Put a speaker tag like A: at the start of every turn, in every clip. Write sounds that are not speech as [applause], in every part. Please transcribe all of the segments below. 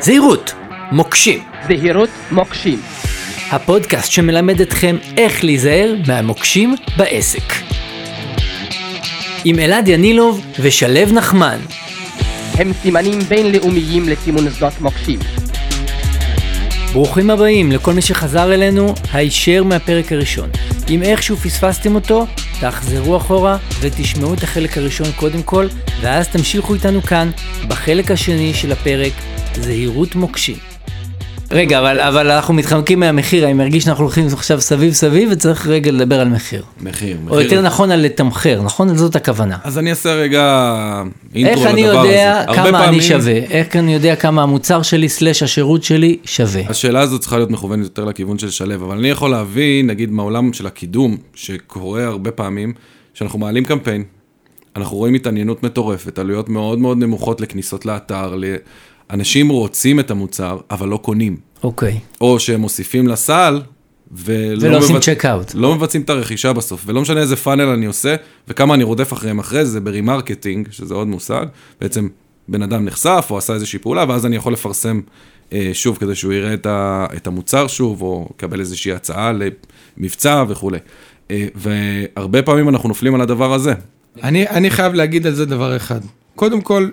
A: זהירות, מוקשים.
B: זהירות מוקשים.
A: הפודקאסט שמלמד אתכם איך להיזהר מהמוקשים בעסק. עם אלעד ינילוב ושלו נחמן.
B: הם סימנים בינלאומיים לסימון שדות מוקשים.
A: ברוכים הבאים לכל מי שחזר אלינו הישר מהפרק הראשון. אם איכשהו פספסתם אותו, תחזרו אחורה ותשמעו את החלק הראשון קודם כל, ואז תמשיכו איתנו כאן בחלק השני של הפרק זהירות מוקשים. רגע, אבל, אבל אנחנו מתחמקים מהמחיר, אני מרגיש שאנחנו הולכים עכשיו סביב סביב וצריך רגע לדבר על מחיר.
C: מחיר, מחיר.
A: או יותר נכון על לתמחר, נכון? זאת הכוונה.
C: אז אני אעשה רגע אינטרו
A: איך אני
C: לדבר
A: יודע
C: הזה. הרבה
A: כמה אני
C: פעמים
A: שווה? איך אני יודע כמה המוצר שלי סלש השירות שלי שווה?
C: השאלה הזו צריכה להיות מכוונת יותר לכיוון של שלו, אבל אני יכול להבין, נגיד מהעולם של הקידום, שקורה הרבה פעמים, שאנחנו מעלים קמפיין, אנחנו רואים התעניינות מטורפת, עלויות מאוד מאוד נמוכות לכניסות לאתר, ל- אנשים רוצים את המוצר, אבל לא קונים.
A: אוקיי.
C: או שהם מוסיפים לסל, ולא
A: ולא עושים checkout.
C: לא מבצעים את הרכישה בסוף, ולא משנה איזה פאנל אני עושה, וכמה אני רודף אחריהם אחרי זה ברימרקטינג, שזה עוד מושג, בעצם בן אדם נחשף או עשה איזושהי פעולה, ואז אני יכול לפרסם אה, שוב כדי שהוא יראה את, ה, את המוצר שוב, או יקבל איזושהי הצעה למבצע וכולי. אה, והרבה פעמים אנחנו נופלים על הדבר הזה.
D: אני, אני חייב להגיד על זה דבר אחד. קודם כל,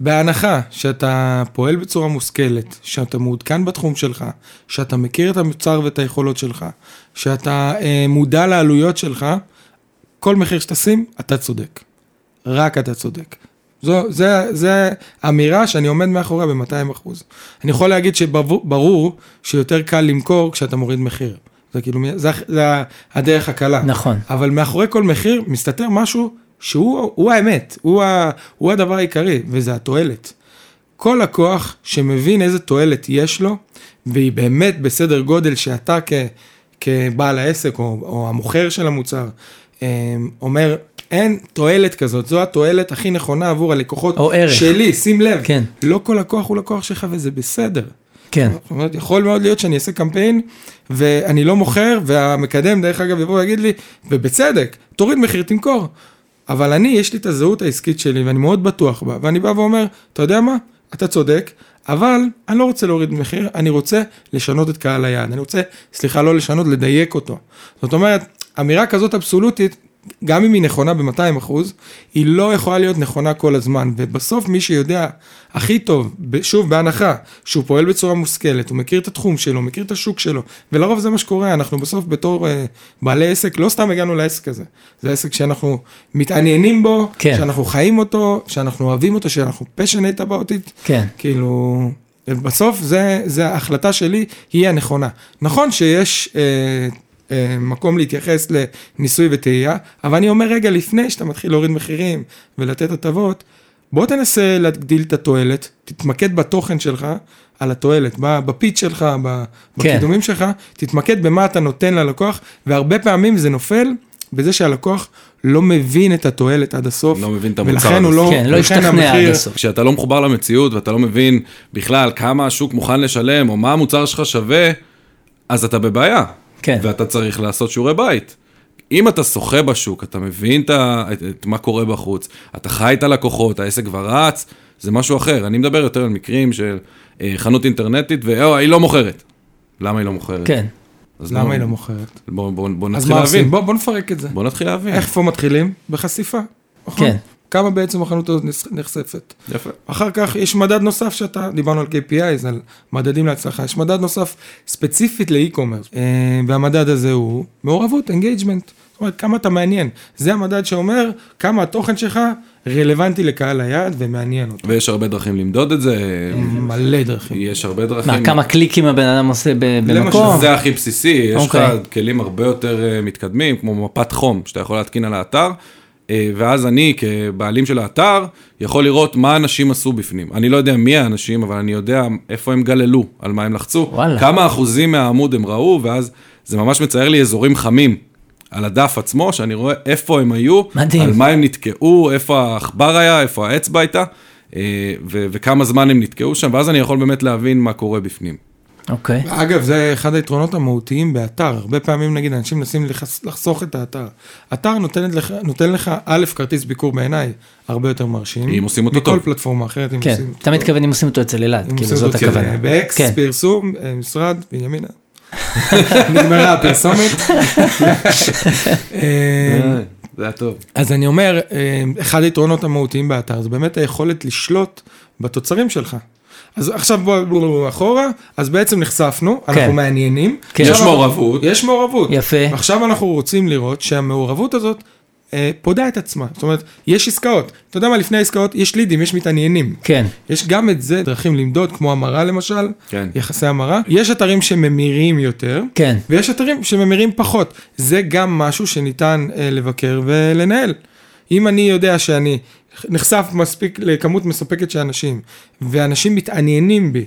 D: בהנחה שאתה פועל בצורה מושכלת, שאתה מעודכן בתחום שלך, שאתה מכיר את המוצר ואת היכולות שלך, שאתה אה, מודע לעלויות שלך, כל מחיר שתשים, אתה צודק. רק אתה צודק. זו, זה, זה אמירה שאני עומד מאחוריה ב-200 אחוז. אני יכול להגיד שברור שיותר קל למכור כשאתה מוריד מחיר. זה כאילו, מי- זה, זה הדרך הקלה.
A: נכון.
D: אבל מאחורי כל מחיר מסתתר משהו שהוא הוא האמת, הוא, ה, הוא הדבר העיקרי, וזה התועלת. כל לקוח שמבין איזה תועלת יש לו, והיא באמת בסדר גודל שאתה כ, כבעל העסק או, או המוכר של המוצר, אמ, אומר, אין תועלת כזאת, זו התועלת הכי נכונה עבור הלקוחות
A: או ערך.
D: שלי, שים לב.
A: כן.
D: לא כל לקוח הוא לקוח שלך וזה בסדר.
A: כן.
D: זאת אומרת, יכול מאוד להיות שאני אעשה קמפיין ואני לא מוכר, והמקדם, דרך אגב, יבוא ויגיד לי, ובצדק, תוריד מחיר, תמכור. אבל אני, יש לי את הזהות העסקית שלי ואני מאוד בטוח בה, ואני בא ואומר, אתה יודע מה, אתה צודק, אבל אני לא רוצה להוריד מחיר, אני רוצה לשנות את קהל היעד, אני רוצה, סליחה, לא לשנות, לדייק אותו. זאת אומרת, אמירה כזאת אבסולוטית, גם אם היא נכונה ב-200 אחוז, היא לא יכולה להיות נכונה כל הזמן, ובסוף מי שיודע הכי טוב, ב- שוב בהנחה, שהוא פועל בצורה מושכלת, הוא מכיר את התחום שלו, מכיר את השוק שלו, ולרוב זה מה שקורה, אנחנו בסוף בתור אה, בעלי עסק, לא סתם הגענו לעסק הזה, זה עסק שאנחנו מתעניינים בו,
A: כן.
D: שאנחנו חיים אותו, שאנחנו אוהבים אותו, שאנחנו passionate about it,
A: כן.
D: כאילו, בסוף זה, זה ההחלטה שלי, היא הנכונה. נכון שיש אה, אה, מקום להתייחס לניסוי וטעייה, אבל אני אומר רגע לפני שאתה מתחיל להוריד מחירים ולתת הטבות, בוא תנסה להגדיל את התועלת, תתמקד בתוכן שלך על התועלת, ב- בפיץ שלך, ב-
A: כן.
D: בקידומים שלך, תתמקד במה אתה נותן ללקוח, והרבה פעמים זה נופל בזה שהלקוח לא מבין את התועלת עד הסוף.
C: לא מבין את המוצר עד
D: ולכן הוא
C: הסוף.
D: לא,
A: כן, לא
D: ולכן
A: השתכנע עד
D: המחיר-
A: הסוף.
C: כשאתה לא מחובר למציאות ואתה לא מבין בכלל כמה השוק מוכן לשלם, או מה המוצר שלך שווה, אז אתה בבעיה.
A: כן.
C: ואתה צריך לעשות שיעורי בית. אם אתה שוחה בשוק, אתה מבין את, ה- את, את מה קורה בחוץ, אתה חי את הלקוחות, העסק כבר רץ, זה משהו אחר. אני מדבר יותר על מקרים של אה, חנות אינטרנטית, ואו, היא לא מוכרת. למה היא לא מוכרת?
A: כן.
C: אז
D: למה
C: בוא-
D: היא לא מוכרת?
C: בוא, בוא, בוא
D: אז
C: נתחיל
D: מה
C: להבין.
D: עושים? בוא, בוא נפרק את זה.
C: בוא נתחיל להבין.
D: איפה מתחילים? בחשיפה. נכון?
A: כן.
D: כמה בעצם החנות הזאת נחש- נחשפת.
C: יפה.
D: אחר כך יש מדד נוסף שאתה, דיברנו על KPIs, על מדדים להצלחה, יש מדד נוסף ספציפית לאי-קומרס, אה, והמדד הזה הוא מעורבות, engagement, זאת אומרת כמה אתה מעניין, זה המדד שאומר כמה התוכן שלך רלוונטי לקהל היעד ומעניין אותו,
C: ויש הרבה דרכים למדוד את זה,
D: מלא דרכים.
C: יש הרבה דרכים.
A: אה, מה, כמה קליקים הבן אדם עושה ב- במקום?
C: כן. זה הכי בסיסי, יש לך
A: אוקיי.
C: כלים הרבה יותר אה, מתקדמים, כמו מפת חום, שאתה יכול להתקין על האתר, אה, ואז אני, כבעלים של האתר, יכול לראות מה אנשים עשו בפנים. אני לא יודע מי האנשים, אבל אני יודע איפה הם גללו, על מה הם לחצו,
A: וואלה.
C: כמה אחוזים מהעמוד הם ראו, ואז זה ממש מצייר לי אזורים חמים. על הדף עצמו, שאני רואה איפה הם היו,
A: מדהים.
C: על מה הם נתקעו, איפה העכבר היה, איפה האצבע הייתה, אה, ו- וכמה זמן הם נתקעו שם, ואז אני יכול באמת להבין מה קורה בפנים.
A: אוקיי.
D: אגב, זה אחד היתרונות המהותיים באתר. הרבה פעמים, נגיד, אנשים מנסים לחס- לחסוך את האתר. אתר נותן לך, נותן לך, א', כרטיס ביקור בעיניי, הרבה יותר מרשים.
C: אם עושים אותו
D: מכל
C: טוב.
D: פלטפורמה אחרת, אם
A: כן,
D: עושים אותו
A: אתה
D: טוב.
A: מתכוון אם עושים אותו אצל אלעד,
D: אם
A: כאילו
D: עושים
A: זאת
D: אותו טוב.
A: הכוונה.
D: באקס,
A: כן.
D: פרסום, אה, משרד, בנימינה. [laughs] נגמרה
A: [laughs]
D: הפרסומת. אה,
C: אה, זה היה טוב.
D: אז אני אומר, אה, אחד היתרונות המהותיים באתר זה באמת היכולת לשלוט בתוצרים שלך. אז עכשיו בואו בוא, אחורה, אז בעצם נחשפנו, אנחנו
A: כן.
D: מעניינים.
A: כן.
D: עכשיו
C: יש
D: אנחנו-
C: מעורבות.
D: יש מעורבות.
A: יפה.
D: עכשיו אנחנו רוצים לראות שהמעורבות הזאת אה, פודה את עצמה. זאת אומרת, יש עסקאות. אתה יודע מה, לפני העסקאות יש לידים, יש מתעניינים.
A: כן,
D: יש גם את זה דרכים למדוד, כמו המרה למשל,
C: כן.
D: יחסי המרה. יש אתרים שממירים יותר,
A: כן.
D: ויש אתרים שממירים פחות. זה גם משהו שניתן אה, לבקר ולנהל. אם אני יודע שאני נחשף מספיק לכמות מספקת של אנשים, ואנשים מתעניינים בי,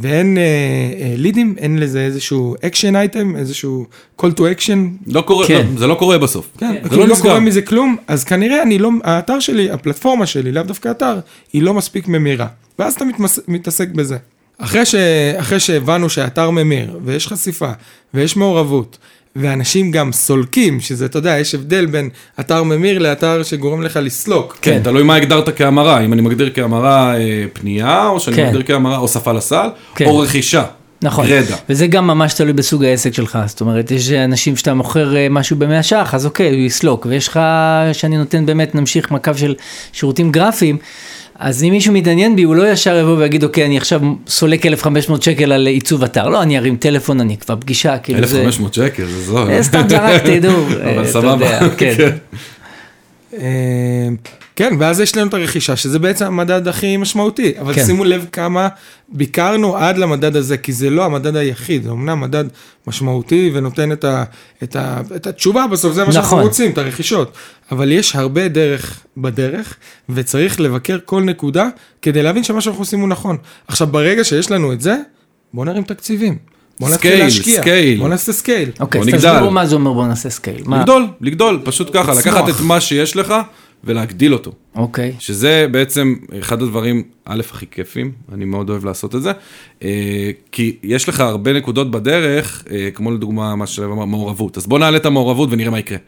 D: ואין אה, אה, לידים, אין לזה איזשהו אקשן אייטם, איזשהו call to action.
C: לא קורה,
A: כן.
C: לא, זה לא קורה בסוף.
D: כן,
C: זה
D: כאילו
C: לא
D: לא
C: נסגר.
D: קורה מזה כלום, אז כנראה אני לא, האתר שלי, הפלטפורמה שלי, לאו דווקא אתר, היא לא מספיק ממירה. ואז אתה מתמס, מתעסק בזה. אחרי, ש, אחרי שהבנו שהאתר ממיר, ויש חשיפה, ויש מעורבות, ואנשים גם סולקים, שזה, אתה יודע, יש הבדל בין אתר ממיר לאתר שגורם לך לסלוק.
C: כן,
A: כן.
C: תלוי מה הגדרת כהמרה, אם אני מגדיר כהמרה אה, פנייה, או שאני
A: כן.
C: מגדיר כהמרה הוספה לסל,
A: כן.
C: או רכישה.
A: נכון,
C: גרידא.
A: וזה גם ממש תלוי בסוג העסק שלך, זאת אומרת, יש אנשים שאתה מוכר אה, משהו במאה ש"ח, אז אוקיי, הוא יסלוק, ויש לך, שאני נותן באמת, נמשיך מקו של שירותים גרפיים, אז אם מישהו מתעניין בי, הוא לא ישר יבוא ויגיד, אוקיי, אני עכשיו סולק 1,500 שקל על עיצוב אתר, לא, אני ארים טלפון, אני אקבע פגישה, כאילו זה...
C: 1,500 שקל, זה זול.
A: אה, סתם זרקתי, נו, אה,
C: [laughs] אבל
A: אתה
C: סבבה.
A: יודע, כן.
C: כן.
D: אה, כן, ואז יש לנו את הרכישה, שזה בעצם המדד הכי משמעותי, אבל
A: כן.
D: כן. שימו לב כמה ביקרנו עד למדד הזה, כי זה לא המדד היחיד, זה אמנם מדד משמעותי ונותן את, ה, את, ה, את התשובה בסוף, זה מה שאנחנו
A: נכון.
D: רוצים, את הרכישות. אבל יש הרבה דרך בדרך, וצריך לבקר כל נקודה כדי להבין שמה שאנחנו עושים הוא נכון. עכשיו, ברגע שיש לנו את זה, בוא נרים תקציבים. בוא נתחיל
C: סקייל,
D: להשקיע.
C: סקייל.
D: בוא נעשה סקייל.
A: אוקיי, אז
C: בוא נגדל.
A: תסבירו מה זה אומר, בוא נעשה סקייל. מה?
C: לגדול, לגדול, פשוט ככה,
D: לצמוח.
C: לקחת את מה שיש לך ולהגדיל אותו.
A: אוקיי,
C: שזה בעצם אחד הדברים, א', הכי כיפים, אני מאוד אוהב לעשות את זה, אה, כי יש לך הרבה נקודות בדרך, אה, כמו לדוגמה מה שלב אמר, מעורבות. אז בוא נעלה את המעורבות ונראה מה יקרה.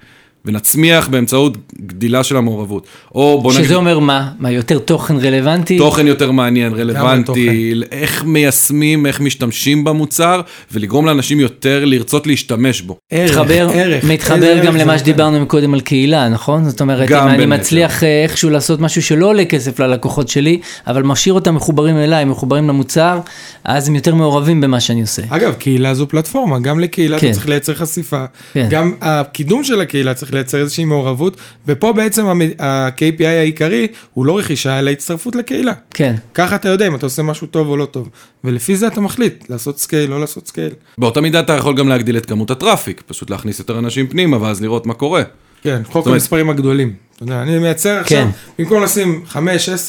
C: ונצמיח באמצעות גדילה של המעורבות. או בוא נגיד,
A: שזה אומר מה? מה, יותר תוכן רלוונטי?
C: תוכן יותר מעניין,
D: תוכן.
C: רלוונטי, איך מיישמים, איך משתמשים במוצר, ולגרום לאנשים יותר לרצות להשתמש בו.
D: ערך,
A: מתחבר,
D: ערך. איזה
A: מתחבר
D: ערך
A: גם
D: זה
A: למה
D: נותן?
A: שדיברנו קודם על קהילה, נכון? זאת אומרת,
C: גם
A: אם אני
C: בין היתר.
A: מצליח
D: כן.
A: אה, איכשהו לעשות משהו שלא עולה כסף ללקוחות שלי, אבל משאיר אותם מחוברים אליי, מחוברים למוצר, אז הם יותר מעורבים במה שאני עושה.
D: אגב, קהילה זו פלטפורמה, גם לקהילה
A: כן.
D: אתה צריך לייצר חשיפה,
A: כן.
D: גם הקידום של הקהילה צריך לייצר איזושהי מעורבות, ופה בעצם המ- ה-KPI העיקרי הוא לא רכישה, אלא הצטרפות לקהילה.
A: כן,
D: ככה אתה יודע אם אתה עושה משהו טוב או לא טוב, ולפי זה אתה מחליט, לעשות סקייל, לא לעשות סקייל.
C: באותה מידה אתה יכול גם להגדיל את כמות הטראפיק, פשוט להכניס יותר אנשים פנימה ואז לראות מה קורה.
D: כן, חוק
C: אומרת-
D: המספרים הגדולים. אתה יודע, אני מייצר עכשיו,
A: כן.
D: במקום לשים 5-10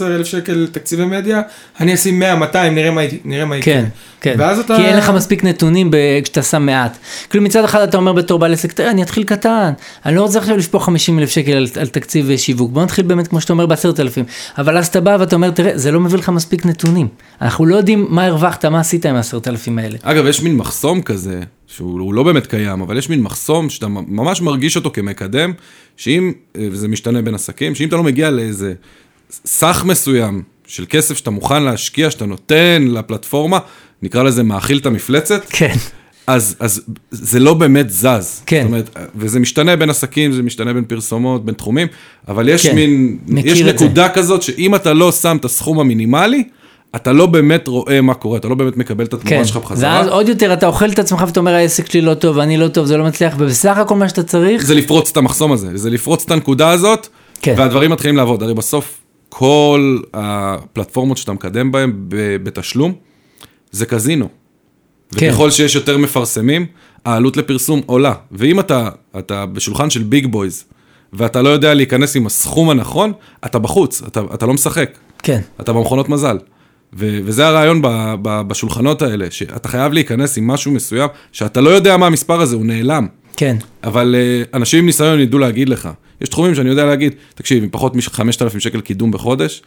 D: אלף שקל תקציבי מדיה, אני אשים 100-200, נראה מה י- נראה מה יקרה.
A: כן, כן.
D: ואז אתה...
A: כי אין לך מספיק נתונים ב- כשאתה שם מעט. כאילו מצד אחד אתה אומר בתור בעל עסק, "תראה, אני אתחיל קטן, אני לא רוצה עכשיו לשפוך 50 אלף שקל על, על תקציב אה, שיווק, בוא נתחיל באמת כמו שאתה אומר בעשרת אלפים. אבל אז אתה בא ואתה אומר, תראה, זה לא מביא לך מספיק נתונים. אנחנו לא יודעים מה הרווחת, מה עשית עם העשרת אלפים האלה.
C: אגב, יש מין מחסום כזה, שהוא הוא לא באמת קיים, אבל יש מין מחסום שאתה ממש מרגיש אותו כמקדם, שאם, אה, וזה משתנה בין עסקים, שאם אתה לא מגיע לאיזה סך מסוים של כסף שאתה מוכן להשקיע, שאתה נותן לפלטפורמה, נקרא לזה מאכיל את המפלצת,
A: כן.
C: אז, אז זה לא באמת זז.
A: כן.
C: זאת אומרת, וזה משתנה בין עסקים, זה משתנה בין פרסומות, בין תחומים, אבל יש
A: כן,
C: כן. מין,
A: מכיר
C: יש
A: את זה.
C: נקודה כזאת שאם אתה לא שם את הסכום המינימלי, אתה לא באמת רואה מה קורה, אתה לא באמת מקבל את התמורה
A: כן,
C: שלך בחזרה.
A: ואז עוד יותר אתה אוכל את עצמך ואתה אומר העסק שלי לא טוב, אני לא טוב, זה לא מצליח, ובסך הכל מה שאתה צריך,
C: זה לפרוץ את המחסום הזה, זה לפרוץ את הנקודה הזאת,
A: כן.
C: כן. והדברים מתחילים לעבוד. הרי בסוף, כל הפלטפורמות שאתה מקדם בהן ב- בתשלום, זה קזינו.
A: כן.
C: כן. וככל שיש יותר מפרסמים, העלות לפרסום עולה. ואם אתה, אתה בשולחן של ביג בויז, ואתה לא יודע להיכנס עם הסכום הנכון, אתה בחוץ, אתה, אתה לא משחק.
A: כן,
C: אתה במכונות מזל. ו- וזה הרעיון ב- ב- בשולחנות האלה, שאתה חייב להיכנס עם משהו מסוים, שאתה לא יודע מה המספר הזה, הוא נעלם.
A: כן,
C: אבל uh, אנשים עם ניסיון ידעו להגיד לך. יש תחומים שאני יודע להגיד, תקשיב, עם פחות מ-5,000 שקל קידום בחודש,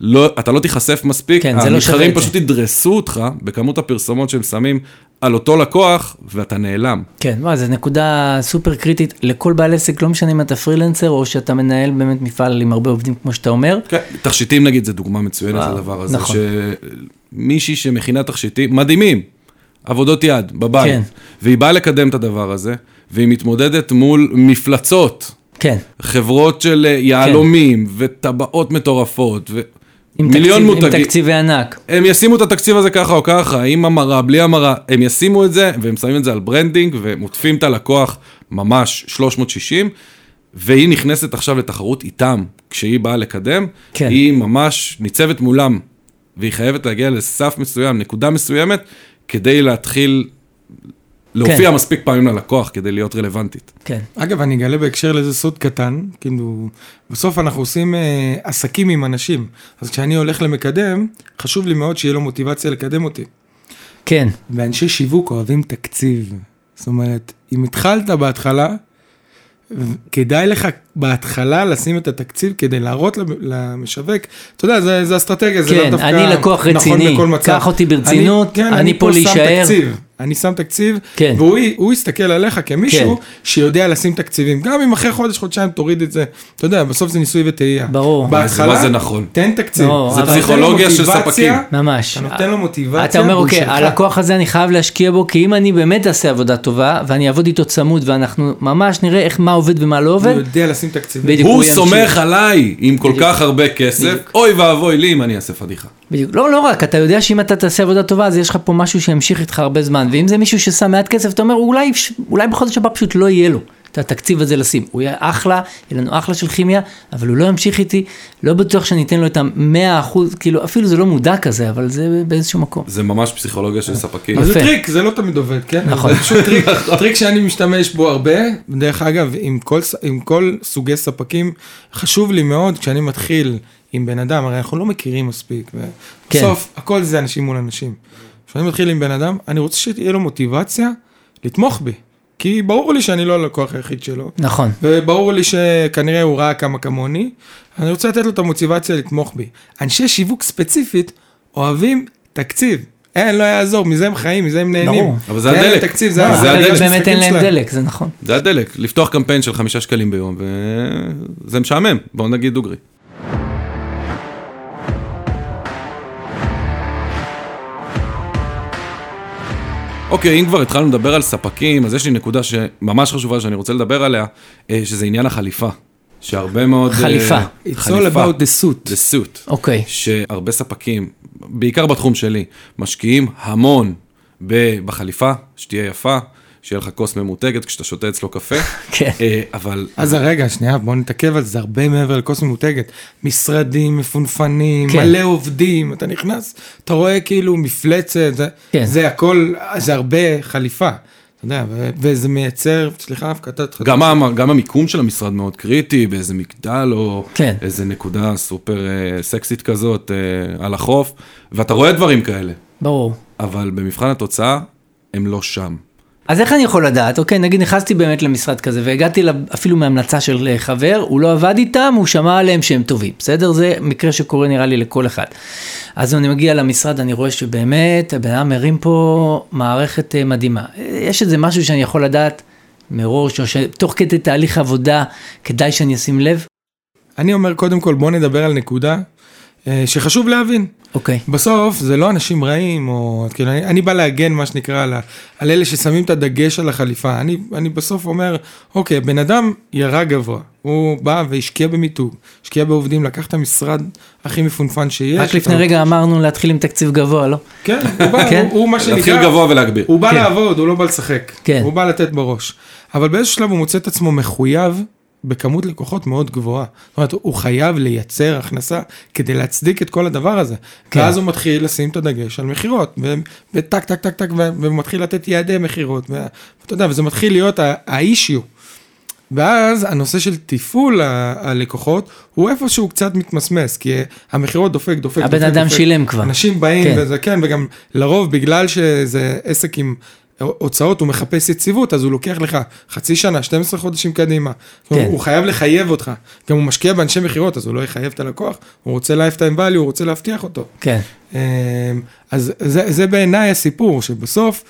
C: לא, אתה לא תיחשף מספיק,
A: כן, זה לא שווה
C: המתחרים
A: את זה.
C: פשוט ידרסו אותך בכמות הפרסומות שהם שמים על אותו לקוח, ואתה נעלם.
A: כן, מה, זו נקודה סופר קריטית לכל בעל עסק, לא משנה אם אתה פרילנסר או שאתה מנהל באמת מפעל עם הרבה עובדים, כמו שאתה אומר.
C: כן, תכשיטים נגיד זה דוגמה מצוינת
A: וואו,
C: לדבר הזה,
A: נכון.
C: שמישהי שמכינה תכשיטים מדהימים, עבודות יד, בבית,
A: כן.
C: והיא באה לקדם את הדבר הזה, והיא מתמודדת מול מפלצות,
A: כן,
C: חברות של אה, יהלומים וטבעות מטורפות, ו...
A: עם,
C: מיליון
A: תקציב, עם
C: מותגים.
A: תקציבי ענק.
C: הם ישימו את התקציב הזה ככה או ככה, עם המרה, בלי המרה, הם ישימו את זה, והם שמים את זה על ברנדינג, והם עוטפים את הלקוח ממש 360, והיא נכנסת עכשיו לתחרות איתם, כשהיא באה לקדם,
A: כן.
C: היא ממש ניצבת מולם, והיא חייבת להגיע לסף מסוים, נקודה מסוימת, כדי להתחיל להופיע
A: כן.
C: מספיק פעמים ללקוח, כדי להיות רלוונטית.
A: כן,
D: אגב, אני אגלה בהקשר לזה סוד קטן, כאילו, בסוף אנחנו עושים אה, עסקים עם אנשים, אז כשאני הולך למקדם, חשוב לי מאוד שיהיה לו מוטיבציה לקדם אותי.
A: כן,
D: ואנשי שיווק אוהבים תקציב. זאת אומרת, אם התחלת בהתחלה, ו- כדאי לך בהתחלה לשים את התקציב כדי להראות למ- למשווק, אתה יודע, זה, זה אסטרטגיה, זה
A: כן,
D: לא דווקא
A: אני לקוח רציני,
D: נכון לכל מצב. כן,
A: קח אותי ברצינות, אני פה
D: פה
A: להישאר.
D: שם תקציב, אני שם תקציב,
A: כן.
D: והוא י- הוא יסתכל עליך כמישהו
A: כן.
D: שיודע לשים תקציבים, גם אם אחרי חודש, חודשיים תוריד את זה, אתה יודע, בסוף זה ניסוי וטעייה.
A: ברור.
C: מה
D: בהתחלה,
C: זה- מה זה נכון?
D: תן תקציב.
A: לא,
D: אתה
A: אבל-
D: נותן לו
C: פסיכולוגיה של
D: מוטיבציה,
C: ספקים.
A: ממש.
D: אתה נותן לו מוטיבציה,
A: אתה אומר,
D: והוא
A: אוקיי,
D: שלך."
A: הלקוח הזה אני חייב להשקיע בו, כי אם אני באמת אעשה עבודה טובה, ואני אעבוד איתו צמוד, ואנחנו ממש נראה איך מה עובד ומה לא
D: הוא
A: עובד,
D: יודע לשים תקציבים.
A: בדיוק.
C: הוא
A: הוא ימשיך.
C: סומך עליי עם כל כך הרבה כסף, אוי ואבוי לי אם אני אעשה פדיחה.
A: בדיוק. לא, לא רק, אתה יודע שאם אתה תעשה עבודה טובה, אז יש לך פה משהו שימשיך איתך הרבה זמן. ואם זה מישהו ששם מעט כסף, אתה אומר, אולי, אולי בחודש הבא פשוט לא יהיה לו את התקציב הזה לשים. הוא יהיה אחלה, יהיה לנו אחלה של כימיה, אבל הוא לא ימשיך איתי, לא בטוח שאני אתן לו את המאה אחוז, כאילו, אפילו זה לא מודע כזה, אבל זה באיזשהו מקום.
C: זה ממש פסיכולוגיה של ספקים.
D: אז זה
A: יפה.
D: טריק, זה לא תמיד עובד, כן?
A: [laughs] נכון.
D: זה פשוט טריק, טריק שאני משתמש בו הרבה. דרך אגב, עם כל, ס- עם כל סוגי ספקים, חשוב לי מאוד כשאני מתחיל עם בן אדם, הרי אנחנו לא מכירים מספיק.
A: כן.
D: בסוף, הכל זה אנשים מול אנשים. כשאני מתחיל עם בן אדם, אני רוצה שתהיה לו מוטיבציה לתמוך בי. כי ברור לי שאני לא הלקוח היחיד שלו,
A: נכון.
D: וברור לי שכנראה הוא ראה כמה כמוני, אני רוצה לתת לו את המוטיבציה לתמוך בי. אנשי שיווק ספציפית אוהבים תקציב. אין, לא יעזור, מזה הם חיים, מזה הם נהנים.
A: ברור.
C: אבל זה
D: אין להם
C: הדלק.
D: תקציב,
C: זה
D: זה
A: אבל
C: הדלק.
D: הדלק.
A: באמת אין להם
D: שלהם.
A: דלק, זה נכון.
C: זה הדלק, לפתוח קמפיין של חמישה שקלים ביום, וזה משעמם, בואו נגיד דוגרי. אוקיי, אם כבר התחלנו לדבר על ספקים, אז יש לי נקודה שממש חשובה שאני רוצה לדבר עליה, אה, שזה עניין החליפה. שהרבה מאוד... אה,
A: חליפה.
D: It's all about the suit.
C: The suit.
A: אוקיי.
C: שהרבה ספקים, בעיקר בתחום שלי, משקיעים המון ב- בחליפה, שתהיה יפה, שיהיה לך כוס ממותגת כשאתה שותה אצלו קפה,
A: [laughs] כן.
C: אה, אבל
D: אז רגע, שנייה, בואו נתעכב על זה, זה הרבה מעבר לכוס ממותגת. משרדים מפונפנים,
A: כן.
D: מלא עובדים, אתה נכנס, אתה רואה כאילו מפלצת, זה,
A: כן.
D: זה הכל, זה הרבה חליפה. אתה יודע, ו- וזה מייצר, סליחה, הפקטת חליפה.
C: גם, המ- גם המיקום של המשרד מאוד קריטי, באיזה מגדל או
A: כן.
C: איזה נקודה סופר אה, סקסית כזאת אה, על החוף, ואתה רואה דברים כאלה,
A: ברור.
C: אבל במבחן התוצאה, הם לא שם.
A: אז איך אני יכול לדעת? אוקיי, נגיד נכנסתי באמת למשרד כזה והגעתי לה- אפילו מהמלצה של אה, חבר, הוא לא עבד איתם, הוא שמע עליהם שהם טובים, בסדר? זה מקרה שקורה נראה לי לכל אחד. אז אני מגיע למשרד, אני רואה שבאמת הבן אדם מרים פה מערכת אה, מדהימה. אה, יש איזה משהו שאני יכול לדעת מראש, או שתוך כדי תהליך עבודה כדאי שאני אשים לב?
D: אני אומר, קודם כל, בואו נדבר על נקודה אה, שחשוב להבין.
A: אוקיי,
D: בסוף זה לא אנשים רעים, או כאילו, אני, אני בא להגן מה שנקרא על, ה- על אלה ששמים את הדגש על החליפה. אני, אני בסוף אומר, אוקיי, בן אדם ירה גבוה, הוא בא והשקיע במיתוג, השקיע בעובדים, לקח את המשרד הכי מפונפן שיש.
A: רק לפני
D: אתה-
A: רגע אמרנו להתחיל עם תקציב גבוה, לא?
D: כן, הוא בא,
A: כן.
D: הוא, הוא מה שנקרא...
C: להתחיל גבוה ולהגביר.
D: הוא בא
A: כן.
D: לעבוד, הוא לא בא לשחק.
A: כן.
D: הוא בא לתת בראש. אבל באיזשהו שלב הוא מוצא את עצמו מחויב בכמות לקוחות מאוד גבוהה. זאת אומרת, הוא חייב לייצר הכנסה כדי להצדיק את כל הדבר הזה.
A: כן.
D: כן. ואז הוא מתחיל לשים את הדגש על מכירות, ו- וטק, טק, טק, טק, ו- והוא מתחיל לתת יעדי מכירות, ו- ואתה יודע, וזה מתחיל להיות ה- האישיו. ואז הנושא של תפעול ה- הלקוחות הוא איפשהו קצת מתמסמס, כי אה, המכירות דופק, דופק, דופק.
A: הבן אדם
D: דופק.
A: שילם כבר.
D: אנשים באים
A: כן.
D: כן. וזה כן וגם לרוב בגלל שזה עסק עם הוצאות, הוא מחפש יציבות, אז הוא לוקח לך חצי שנה, 12 חודשים קדימה. כן. הוא, הוא חייב לחייב אותך. גם הוא משקיע באנשי מכירות, אז הוא לא יחייב את הלקוח, הוא רוצה lifetime value, הוא רוצה להבטיח אותו.
A: כן.
D: אמ, אז זה, זה בעיניי הסיפור, שבסוף,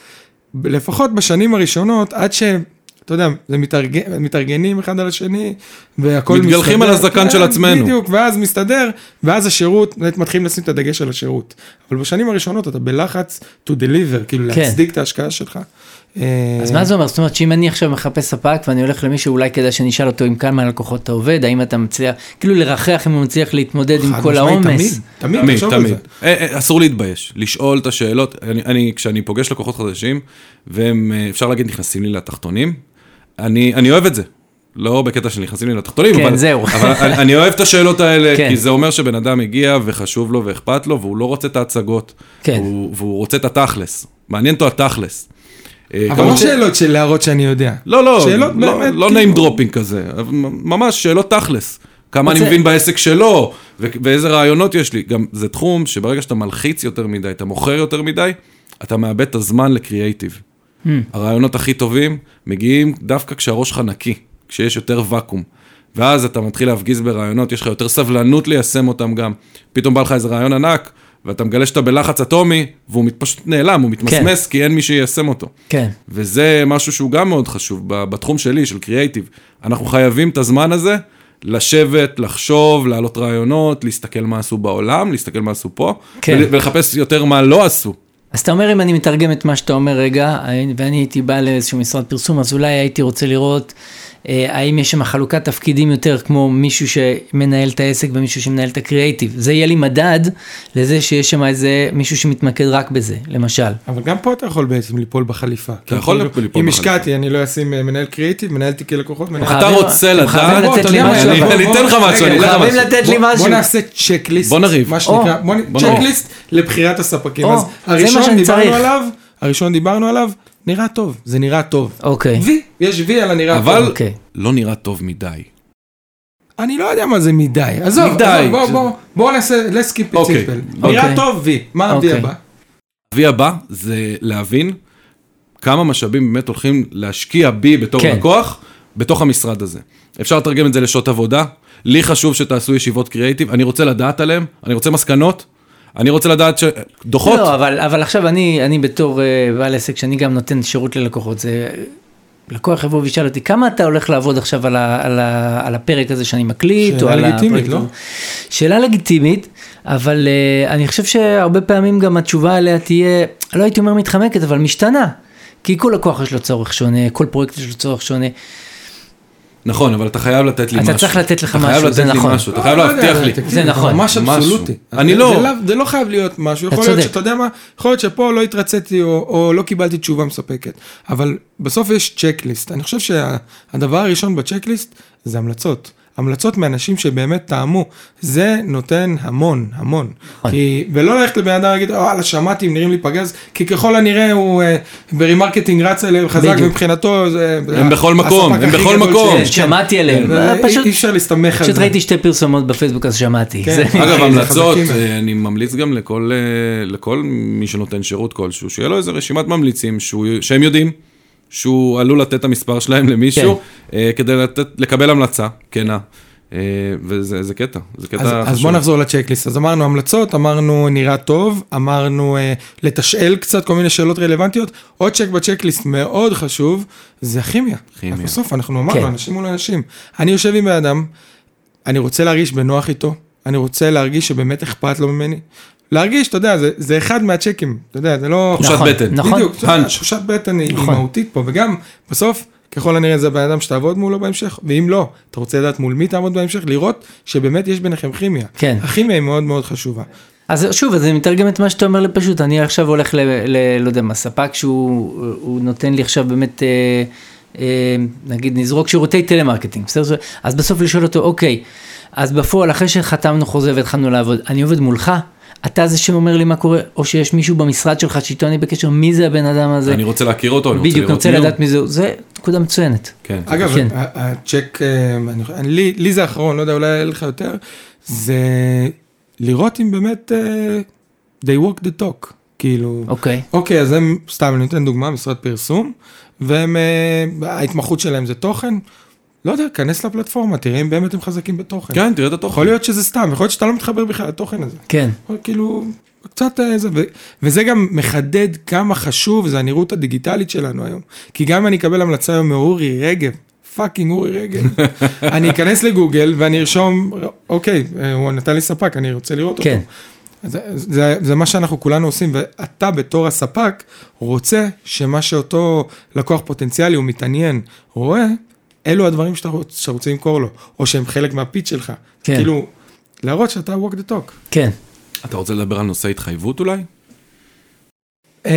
D: ב- לפחות בשנים הראשונות, עד ש... אתה יודע, זה מתארגן, מתארגנים אחד על השני, והכל מסתדר.
C: מתגלחים על הזקן
D: כן,
C: של עצמנו.
D: בדיוק, ואז מסתדר, ואז השירות, באמת מתחילים לשים את הדגש על השירות. אבל בשנים הראשונות אתה בלחץ to deliver, כאילו
A: כן.
D: להצדיק את ההשקעה שלך. אמ,
A: אז מה זה אומר? זאת אומרת שאם אני עכשיו מחפש ספק ואני הולך למישהו, אולי כדאי שאני אשאל אותו עם כמה לקוחות אתה עובד, האם אתה מצליח, כאילו לרחח אם הוא מצליח להתמודד עם כל העומס.
D: תמיד, תמיד,
C: תמיד,
D: תחשוב על זה.
C: תמיד. אה, אה, אסור להתבייש, לשאול את השאלות. אני, אני, כשאני פוגש לקוחות חדשים, והם, אה, אפשר להגיד, נכנסים לי לתחתונים, אני, אני אוהב את זה. לא בקטע שנכנסים לי לתחתונים,
A: כן,
C: אבל,
A: זהו.
C: אבל אני, אני אוהב את השאלות האלה,
A: כן.
C: כי זה אומר שבן אדם הגיע וחשוב לו ואכפת לו, והוא לא רוצה את ההצגות,
A: כן.
C: הוא, והוא רוצה את התכלס. מעניין אותו התכלס. אה,
D: אבל
C: כמובן
D: לא
C: ש-
D: שאלות של להראות שאני יודע.
C: לא, לא,
D: שאלות
C: לא,
D: באמת,
C: לא
D: כאילו-
C: name dropping כזה, אבל ממש שאלות תכלס. כמה אני
A: רוצה-
C: מבין בעסק שלו, ו- ואיזה רעיונות יש לי. גם זה תחום שברגע שאתה מלחיץ יותר מדי, אתה מוכר יותר מדי, אתה מאבד את הזמן לקריאייטיב.
D: Hmm.
C: הרעיונות הכי טובים מגיעים דווקא כשהראש שלך נקי, כשיש יותר ואקום. ואז אתה מתחיל להפגיז ברעיונות, יש לך יותר סבלנות ליישם אותם גם. פתאום בא לך איזה רעיון ענק, ואתה מגלה שאתה בלחץ אטומי, והוא מת- פשוט נעלם, הוא מתמסמס,
D: כן.
C: כי אין מי שיישם אותו.
A: כן.
C: וזה משהו שהוא גם מאוד חשוב ב- בתחום שלי, של קריאייטיב. אנחנו חייבים את הזמן הזה לשבת, לחשוב, להעלות רעיונות, להסתכל מה עשו בעולם, להסתכל מה עשו פה,
A: כן.
C: ול- ולחפש יותר מה לא עשו.
A: אז אתה אומר אם אני מתרגם את מה שאתה אומר רגע, ואני הייתי בא לאיזשהו משרד פרסום, אז אולי הייתי רוצה לראות אה, האם יש שם חלוקת תפקידים יותר כמו מישהו שמנהל את העסק ומישהו שמנהל את הקריאייטיב. זה יהיה לי מדד לזה שיש שם איזה מישהו שמתמקד רק בזה, למשל.
D: אבל גם פה אתה יכול בעצם ליפול בחליפה. אתה
C: יכול ליפול בחליפה.
D: אם השקעתי, אני לא אשים אה, מנהל קריאיטיב, מנהל תיקי לקוחות, מנהל...
C: אתה רוצה
A: אתם
C: לדעת,
A: חייבים
D: בוא,
A: לתת
D: אתה
A: לי
D: יודע מה,
A: משהו.
C: אני-
D: בוא,
C: אני
D: בוא,
C: אתן לך
D: בוא,
C: משהו, אני
D: רגע,
C: אתן לך משהו.
D: חייבים
A: לתת לי
D: בוא-
A: משהו.
D: בוא נעשה צ'קליסט.
C: בוא נריב.
D: מה
A: או.
D: שנקרא, בוא נ-
C: בוא נריב.
D: צ'קליסט לבחירת הספקים.
A: או,
D: אז
A: זה מה
D: הראשון
A: שאני
D: דיברנו
A: צריך.
D: עליו, הראשון דיברנו עליו, נראה טוב, זה נראה טוב.
A: אוקיי.
D: וי, יש וי על הנראה טוב.
C: אבל
A: אוקיי.
C: לא נראה טוב מדי.
D: אני לא יודע מה זה מדי, עזוב,
C: מדי.
D: עזוב, בוא, בוא, בוא נעשה, let's keep it
C: אוקיי.
D: simple.
C: אוקיי.
D: נראה טוב וי, מה הווי
A: אוקיי.
D: הבא?
C: הוי הבא זה להבין כמה משאבים באמת הולכים להשקיע בי בתור
A: כן.
C: כן. לקוח, בתוך המשרד הזה. אפשר לתרגם את זה לשעות עבודה, לי חשוב שתעשו ישיבות קריאיטיב, אני רוצה לדעת עליהן, אני רוצה מסקנות, אני רוצה לדעת ש... דוחות.
A: לא, אבל, אבל עכשיו אני, אני בתור אה, בעל עסק שאני גם נותן שירות ללקוחות, זה... לקוח יבוא וישאל אותי, כמה אתה הולך לעבוד עכשיו על, ה, על, ה, על הפרק הזה שאני מקליט?
D: שאלה
A: או על
D: לגיטימית,
A: הפרויקט
D: לא?
A: הזה?" שאלה לגיטימית, אבל אה, אני חושב שהרבה פעמים גם התשובה עליה תהיה, לא הייתי אומר מתחמקת, אבל משתנה. כי כל לקוח יש לו צורך שונה, כל פרויקט יש לו צורך שונה.
D: כן,
C: נכון, אבל אתה חייב לתת לי
A: אתה
C: משהו.
A: צריך לתת לך
C: אתה
A: משהו,
C: חייב
A: זה
C: לתת לי
A: נכון.
C: משהו, אתה
D: לא,
C: חייב להבטיח לי.
D: תקשיב,
A: זה נכון.
D: ממש
C: משהו.
D: אבסולוטי.
C: אני
D: זה-
C: לא-
D: זה לאו- זה לא חייב להיות משהו, יכול
A: אתה
D: להיות
A: צודק.
D: שאתה יודע מה, יכול להיות שפה לא התרציתי או או לא קיבלתי תשובה מספקת, אבל בסוף יש צ'קליסט. אני חושב שהדבר הראשון בצ'קליסט זה המלצות. המלצות מאנשים שבאמת טעמו, זה נותן המון, המון.
A: נכון.
D: כי, ולא ללכת לבן אדם להגיד, וואלה, שמעתי, הם נראים לי פגז, כי ככל הנראה הוא אה, ברימרקטינג רץ אליהם חזק,
A: בדיוק.
D: ומבחינתו זה...
C: הם בכל מקום,
D: הספק
C: הם
D: הכי
C: בכל
D: גדול
C: מקום.
D: שיש.
A: כן. שמעתי עליהם.
D: כן. אה, אי-
A: פשוט-
D: אי אפשר להסתמך על זה.
A: פשוט ראיתי שתי פרסומות בפייסבוק אז שמעתי.
D: כן.
A: זה-
C: אגב,
D: זה
C: המלצות,
D: חזקים.
C: אה, אני ממליץ גם לכל, אה, לכל מי שנותן שירות כלשהו, שיהיה לו איזה רשימת ממליצים שהוא, שהם יודעים שהוא עלול לתת את המספר שלהם למישהו,
D: כן.
C: אה, כדי לתת, לקבל המלצה כנה. אה, וזה זה קטע, זה קטע
D: אז, אז בוא נחזור לצ'קליסט. אז אמרנו המלצות, אמרנו נראה טוב, אמרנו אה, לתשאל קצת כל מיני שאלות רלוונטיות. עוד צ'ק בצ'קליסט מאוד חשוב, זה הכימיה.
C: כימיה.
D: אז בסוף אנחנו אמרנו,
A: כן.
D: אנשים מול אנשים. אני יושב עם בן אדם, אני רוצה להרגיש בנוח איתו, אני רוצה להרגיש שבאמת אכפת לו ממני. להרגיש, אתה יודע, זה, זה אחד מהצ'קים, אתה יודע, זה לא...
C: תחושת
A: נכון,
C: בטן.
A: נכון.
D: בדיוק,
C: פאנץ'.
D: תחושת בטן היא היא
A: נכון.
D: מהותית פה, וגם בסוף, ככל הנראה זה הבן אדם שתעבוד מולו בהמשך, ואם לא, אתה רוצה לדעת מול מי תעמוד בהמשך, לראות שבאמת יש ביניכם כימיה.
A: כן.
D: הכימיה היא מאוד מאוד חשובה.
A: אז שוב, אז אני מתרגם את מה שאתה אומר לפשוט, אני עכשיו הולך ל... ל לא יודע מה, ספק שהוא הוא נותן לי עכשיו באמת, אה, אה, נגיד נזרוק שירותי טלמרקטינג, בסדר? אז בסוף לשאול אותו, אוקיי, אז בפועל, אחרי שחתמנו חוזה והתחלנו לעבוד, אני עובד מולך? אתה זה שאומר לי מה קורה, או שיש מישהו במשרד שלך שאיתו אני בקשר, מי זה הבן אדם הזה?
C: אני רוצה להכיר אותו, אני רוצה
A: בדיוק, אני
C: לראות
A: רוצה
C: מי הוא.
A: לדעת מי זה, הוא. זה נקודה מצוינת.
C: כן, זה
D: אגב,
A: כן.
D: ה- ה- הצ'ק, אה, אני חו- אני- לי- לי זה האחרון, לא יודע, אולי היה לך יותר, זה לראות אם באמת אה, they walk the talk. כאילו...
A: אוקיי.
D: אוקיי, אז הם, סתם, אני נותן דוגמה, משרד פרסום, והם, אה, ההתמחות שלהם זה תוכן. לא יודע, כנס לפלטפורמה, תראה אם באמת הם חזקים בתוכן.
C: כן, תראה את התוכן.
D: יכול להיות שזה סתם, יכול להיות שאתה לא מתחבר בכלל לתוכן הזה.
A: כן.
D: אבל כאילו, קצת איזה, ו- וזה גם מחדד כמה חשוב זה הנראות הדיגיטלית שלנו היום. כי גם אם אני אקבל המלצה היום מאורי רגב, פאקינג אורי רגב, אני אכנס לגוגל ואני ארשום, אוקיי, אה, הוא נתן לי ספק, אני רוצה לראות
A: כן.
D: אותו. זה, זה, זה מה שאנחנו כולנו עושים, ואתה בתור הספק רוצה שמה שאותו לקוח פוטנציאלי הוא מתעניין, רואה, אלו הדברים שאתה רוצ, שרוצים למכור לו, או שהם חלק מהפיץ שלך.
A: כן.
D: כאילו, להראות שאתה walk the talk.
A: כן.
C: אתה רוצה לדבר על נושא התחייבות אולי?
D: Um,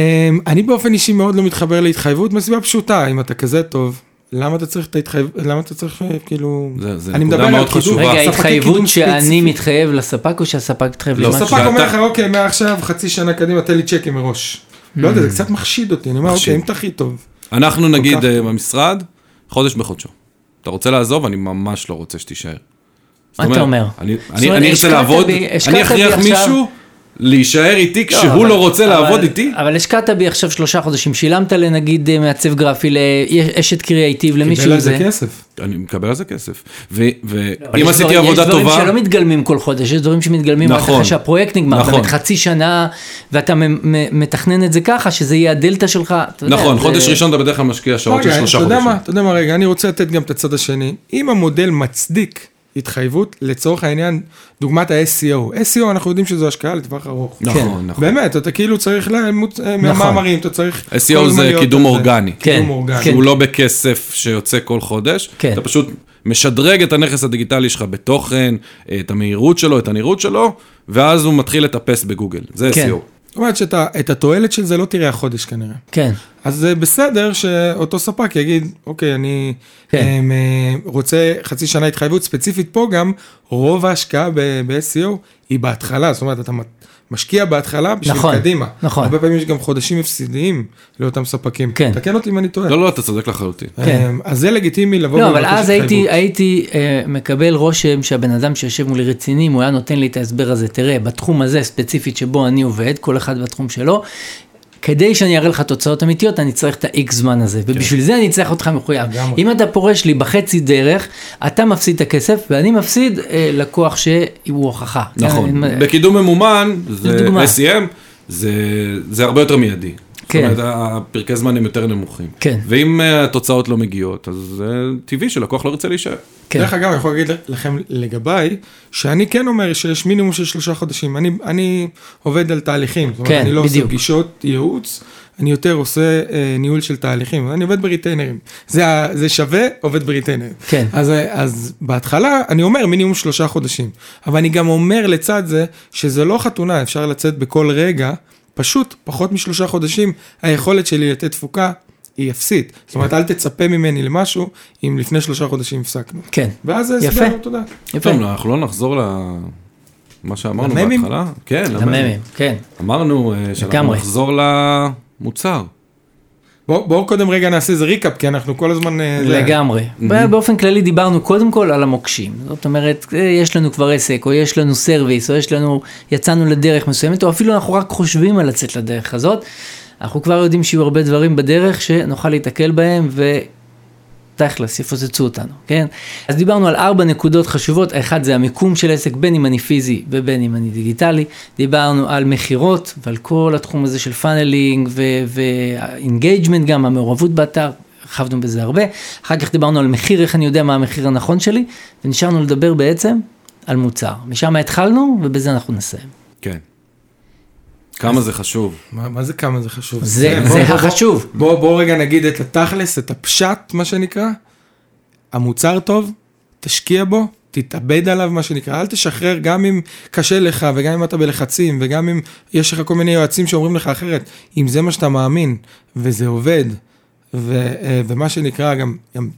D: אני באופן אישי מאוד לא מתחבר להתחייבות מסיבה פשוטה, אם אתה כזה טוב, למה אתה צריך את ההתחייבות, למה אתה צריך אה, כאילו...
C: זה- זה
D: אני
C: נקודה
D: מדבר על
C: מאוד
D: קידום-
C: חשובה.
A: רגע,
D: ספקי
A: התחייבות
D: קידום
A: שאני
D: ספציפי.
A: מתחייב לספק או שהספק מתחייב
C: לא,
A: למשהו?
D: הספק
C: שאתה-
D: אומר לך, אוקיי, מעכשיו, חצי שנה קדימה, תן לי צ'קים מראש. לא יודע, זה קצת מחשיד אותי, אני אומר,
C: Hmm. מחשיד.
D: אוקיי, אם אתה הכי טוב.
C: אנחנו נגיד
D: כך.
C: אה, במשרד, חודש בחודשו. אתה רוצה לעזוב? אני ממש לא רוצה שתישאר. זאת
A: מה אתה אומר?
C: אני-
A: זאת
C: אני
A: אומרת,
C: אני ארצה
A: השקעת
C: לעבוד,
A: בי- השקעת
C: אני
A: בי
C: אכריח
A: עכשיו-
C: מישהו להישאר איתי כשהוא
A: אבל-
C: לא רוצה
A: אבל-
C: לעבוד איתי?
A: אבל השקעת בי עכשיו שלושה חודשים, שילמת לנגיד אה, מעצב גרפי, לאשת קריאייטיב,
D: קיבל
A: למישהו
D: על זה
A: זה.
D: כסף.
C: אני מקבל על זה כסף. ו-
A: לא, אבל
C: ואם
A: יש
C: כן? עשיתי
A: דברים-
C: עבודה
A: יש
C: טובה,
A: דברים שלא מתגלמים כל חודש, יש דברים שמתגלמים רק
C: נכון.
A: אחרי שהפרויקט נגמר,
C: נכון.
A: באמת חצי שנה, ואתה מ- מ- מתכנן את זה ככה, שזה יהיה הדלתא שלך. אתה יודע,
C: נכון,
A: זה-
C: חודש ראשון אתה בדרך כלל משקיע שעות של
D: רגע, אוקיי, אתה
C: שלושה
D: יודע מה,
C: חודשים.
D: אתה יודע מה, רגע, אני רוצה לתת גם את הצד השני. אם המודל מצדיק התחייבות, לצורך העניין, דוגמת E ה-SEO. SEO, אנחנו יודעים שזו השקעה לטווח ארוך.
C: נכון, נכון.
D: באמת, אתה כאילו צריך למוצ... מאמרים, אתה צריך...
C: SEO
D: כל הזמן
C: זה
D: להיות
C: קידום
D: על זה.
C: אורגני.
A: כן,
D: קידום אורגני.
A: כן.
C: שהוא לא בכסף שיוצא כל חודש,
A: כן.
C: אתה פשוט משדרג את הנכס הדיגיטלי שלך בתוכן, את המהירות שלו, את הנראות שלו, ואז הוא מתחיל לטפס בגוגל, זה
A: כן.
C: SEO.
D: זאת אומרת שאתה את התועלת של זה לא תראה החודש כנראה.
A: כן,
D: אז זה בסדר שאותו ספק יגיד, אוקיי, אני
A: כן.
D: אמ, אה, רוצה חצי שנה התחייבות, ספציפית פה גם, רוב ההשקעה ב- ב-SEO היא בהתחלה, זאת אומרת, אתה מת- משקיע בהתחלה בשביל
A: נכון,
D: קדימה.
A: נכון.
D: הרבה פעמים יש גם חודשים הפסדיים לאותם ספקים.
A: כן.
D: תקן אותי אם אני טועה.
C: לא, לא, אתה צודק לחלוטין.
A: כן.
D: אמ, אז זה לגיטימי לבוא
A: לא,
D: ולבקש
A: אבל אז
D: התחייבות.
A: הייתי, הייתי אה, מקבל רושם שהבן אדם שיושב מולי רציני, אם הוא היה נותן לי את ההסבר הזה, תראה, בתחום הזה ספציפית שבו אני עובד, כל אחד בתחום שלו, כדי שאני אראה לך תוצאות אמיתיות, אני צריך את ה-X זמן הזה, ובשביל זה אני צריך אותך מחויב.
D: לגמרי.
A: אם אתה פורש לי בחצי דרך, אתה מפסיד את הכסף, ואני מפסיד אה, לקוח שהוא הוכחה.
C: נכון.
A: אה,
C: בקידום ממומן, זה
A: לדוגמה.
C: SEM, זה, זה הרבה יותר מיידי.
A: כן.
C: זאת אומרת, הפרקי זמן הם יותר נמוכים.
A: כן.
C: ואם אה, התוצאות לא מגיעות, אז זה טבעי שלקוח לא ירצה להישאר.
A: כן.
D: דרך אגב, אני יכול להגיד לכם לגביי, שאני כן אומר שיש מינימום של שלושה חודשים. אני, אני עובד על תהליכים, זאת אומרת,
A: כן,
D: אני לא
A: בדיוק.
D: עושה פגישות ייעוץ, אני יותר עושה אה, ניהול של תהליכים, אני עובד בריטיינרים. זה, ה- זה שווה, עובד בריטיינרים.
A: כן.
D: אז, אה, אז בהתחלה, אני אומר מינימום שלושה חודשים, אבל אני גם אומר לצד זה, שזה לא חתונה, אפשר לצאת בכל רגע, פשוט פחות משלושה חודשים, היכולת שלי לתת תפוקה. היא אפסית, זאת
A: כן.
D: אומרת אל תצפה ממני למשהו אם לפני שלושה חודשים הפסקנו.
A: כן.
D: ואז זה
A: יפה.
D: הסדר, תודה.
A: יפה.
C: טוב, אנחנו לא נחזור למה שאמרנו
D: לממים?
C: בהתחלה. כן,
A: לממים, כן.
C: אמרנו אה, שאנחנו
A: לגמרי.
C: נחזור למוצר.
D: בואו בוא קודם רגע נעשה איזה ריקאפ, כי אנחנו כל הזמן... אה, זה-
A: לגמרי. באופן כללי דיברנו קודם כל על המוקשים. זאת אומרת, אה, יש לנו כבר עסק, או יש לנו סרוויס, או יש לנו, יצאנו לדרך מסוימת, או אפילו אנחנו רק חושבים על לצאת לדרך הזאת. אנחנו כבר יודעים שיהיו הרבה דברים בדרך שנוכל להיתקל בהם, ו... תכלס, יפוצצו אותנו, כן? אז דיברנו על ארבע נקודות חשובות, האחד זה המיקום של עסק, בין אם אני פיזי ובין אם אני דיגיטלי, דיברנו על מכירות ועל כל התחום הזה של פאנלינג ואינגייג'מנט גם, המעורבות באתר, הרחבנו בזה הרבה, אחר כך דיברנו על מחיר, איך אני יודע מה המחיר הנכון שלי, ונשארנו לדבר בעצם על מוצר. משם התחלנו ובזה אנחנו נסיים.
C: כן. כמה זה חשוב.
D: מה, מה זה כמה זה חשוב?
A: זה-
D: בוא-
A: זה
D: בוא- בוא-
A: החשוב.
D: בואו בוא רגע נגיד את התכלס, את הפשט, מה שנקרא. המוצר טוב, תשקיע בו, תתאבד עליו, מה שנקרא. אל תשחרר, גם אם קשה לך, וגם אם אתה בלחצים, וגם אם יש לך כל מיני יועצים שאומרים לך אחרת. אם זה מה שאתה מאמין, וזה עובד, ו, אה, ומה שנקרא גם, גם,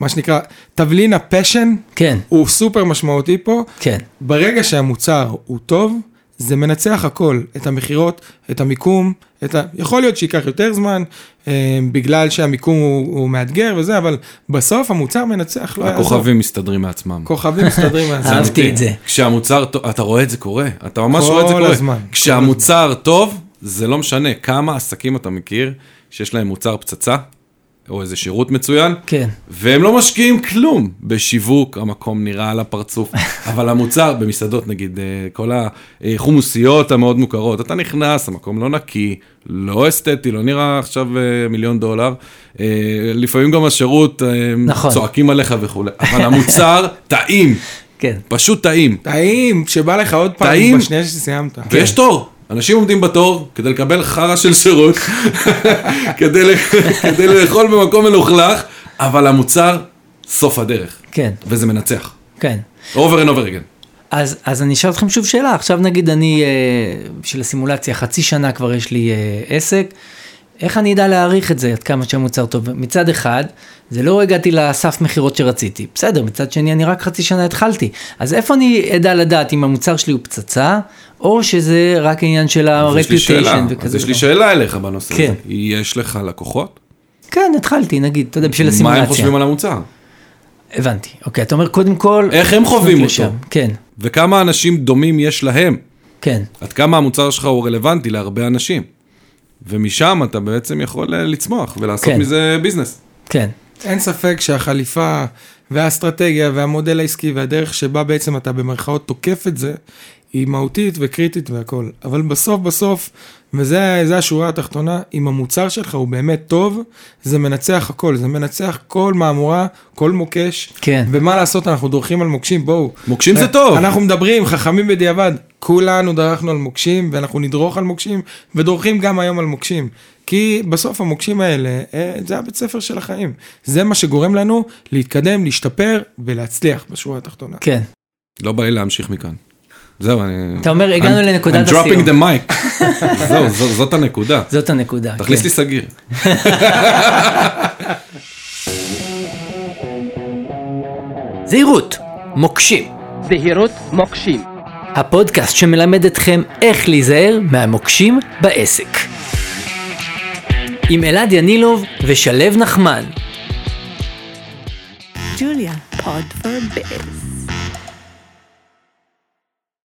D: מה שנקרא, תבלין הפשן,
A: כן,
D: הוא סופר משמעותי פה.
A: כן,
D: ברגע שהמוצר הוא טוב, זה מנצח הכל, את המכירות, את המיקום, את ה... יכול להיות שייקח יותר זמן, אה, בגלל שהמיקום הוא, הוא מאתגר וזה, אבל בסוף המוצר מנצח, לא יעזור.
C: הכוכבים מסתדרים מעצמם.
D: כוכבים מסתדרים מהזמן.
A: אהבתי את זה.
C: כשהמוצר טוב, אתה רואה את זה קורה, אתה ממש
D: כל
C: רואה את זה קורה.
D: הזמן, כל
C: כשהמוצר טוב, זה לא משנה כמה עסקים אתה מכיר שיש להם מוצר פצצה, או איזה שירות מצוין,
A: כן.
C: והם לא משקיעים כלום בשיווק, המקום נראה על הפרצוף, [laughs] אבל המוצר במסעדות, נגיד, אה, כל החומוסיות המאוד מוכרות, אתה נכנס, המקום לא נקי, לא אסתטי, לא נראה עכשיו אה, מיליון דולר, אה, לפעמים גם השירות, אה,
A: נכון.
C: צועקים עליך וכולי, אבל המוצר [laughs] טעים,
A: כן.
C: פשוט טעים,
D: טעים, שבא לך עוד
C: טעים. כן.
D: פעם, בשנייה שסיימת.
C: ויש תור. אנשים עומדים בתור כדי לקבל חרא של שירות, [laughs] כדי, ל- [laughs] כדי לאכול במקום מלוכלך, אבל המוצר, סוף הדרך.
A: כן.
C: וזה מנצח.
A: כן.
C: over and over again.
A: אז, אז אני אשאל אתכם שוב שאלה, עכשיו נגיד אני, אה, בשביל הסימולציה, חצי שנה כבר יש לי אה, עסק, איך אני אדע להעריך את זה, עד כמה שהמוצר טוב? מצד אחד, זה לא הגעתי לסף מכירות שרציתי, בסדר, מצד שני אני רק חצי שנה התחלתי, אז איפה אני אדע לדעת אם המוצר שלי הוא פצצה, או שזה רק עניין של
C: אז יש לי
A: ה-reputation
C: שאלה,
A: וכזה.
C: אז יש לי
A: דבר?
C: שאלה אליך בנושא
A: כן.
C: הזה. יש לך לקוחות?
A: כן, התחלתי, נגיד, אתה יודע, בשביל
C: מה
A: הסימולציה.
C: הם חושבים על המוצר?
A: הבנתי, אוקיי, אתה אומר קודם כל...
C: איך הם חווים
A: לשם.
C: אותו?
A: כן,
C: וכמה אנשים דומים יש להם?
A: כן.
C: עד כמה המוצר שלך הוא רלוונטי להרבה אנשים? ומשם אתה בעצם יכול אה, לצמוח ולעשות
A: כן.
C: מזה ביזנס.
A: כן,
D: אין ספק שהחליפה והאסטרטגיה והמודל העסקי והדרך שבה בעצם אתה במרכאות תוקף את זה, היא מהותית וקריטית והכל. אבל בסוף בסוף, וזה זה השורה התחתונה, אם המוצר שלך הוא באמת טוב, זה מנצח הכל, זה מנצח כל מהמורה, כל מוקש.
A: כן.
D: ומה לעשות, אנחנו דורכים על מוקשים, בואו.
C: מוקשים זה טוב.
D: אנחנו מדברים, חכמים בדיעבד. כולנו דרכנו על מוקשים, ואנחנו נדרוך על מוקשים, ודורכים גם היום על מוקשים. כי בסוף המוקשים האלה, אה, זה הבית ספר של החיים. זה מה שגורם לנו להתקדם, להשתפר ולהצליח בשורה התחתונה.
A: כן.
C: לא בא לי להמשיך מכאן. זהו, אני...
A: אתה אומר, הגענו
C: I'm-
A: לנקודת
C: I'm dropping
A: הסיום. [laughs]
C: the mic. זהו, זו- זאת הנקודה.
A: זאת הנקודה.
C: תכניס
A: כן.
C: לי סגיר.
A: זהירות, מוקשים,
B: זהירות מוקשים.
A: הפודקאסט שמלמד אתכם איך להיזהר מהמוקשים בעסק. עם אלעד ינילוב ושלו נחמן.
E: Julia, pod for biz.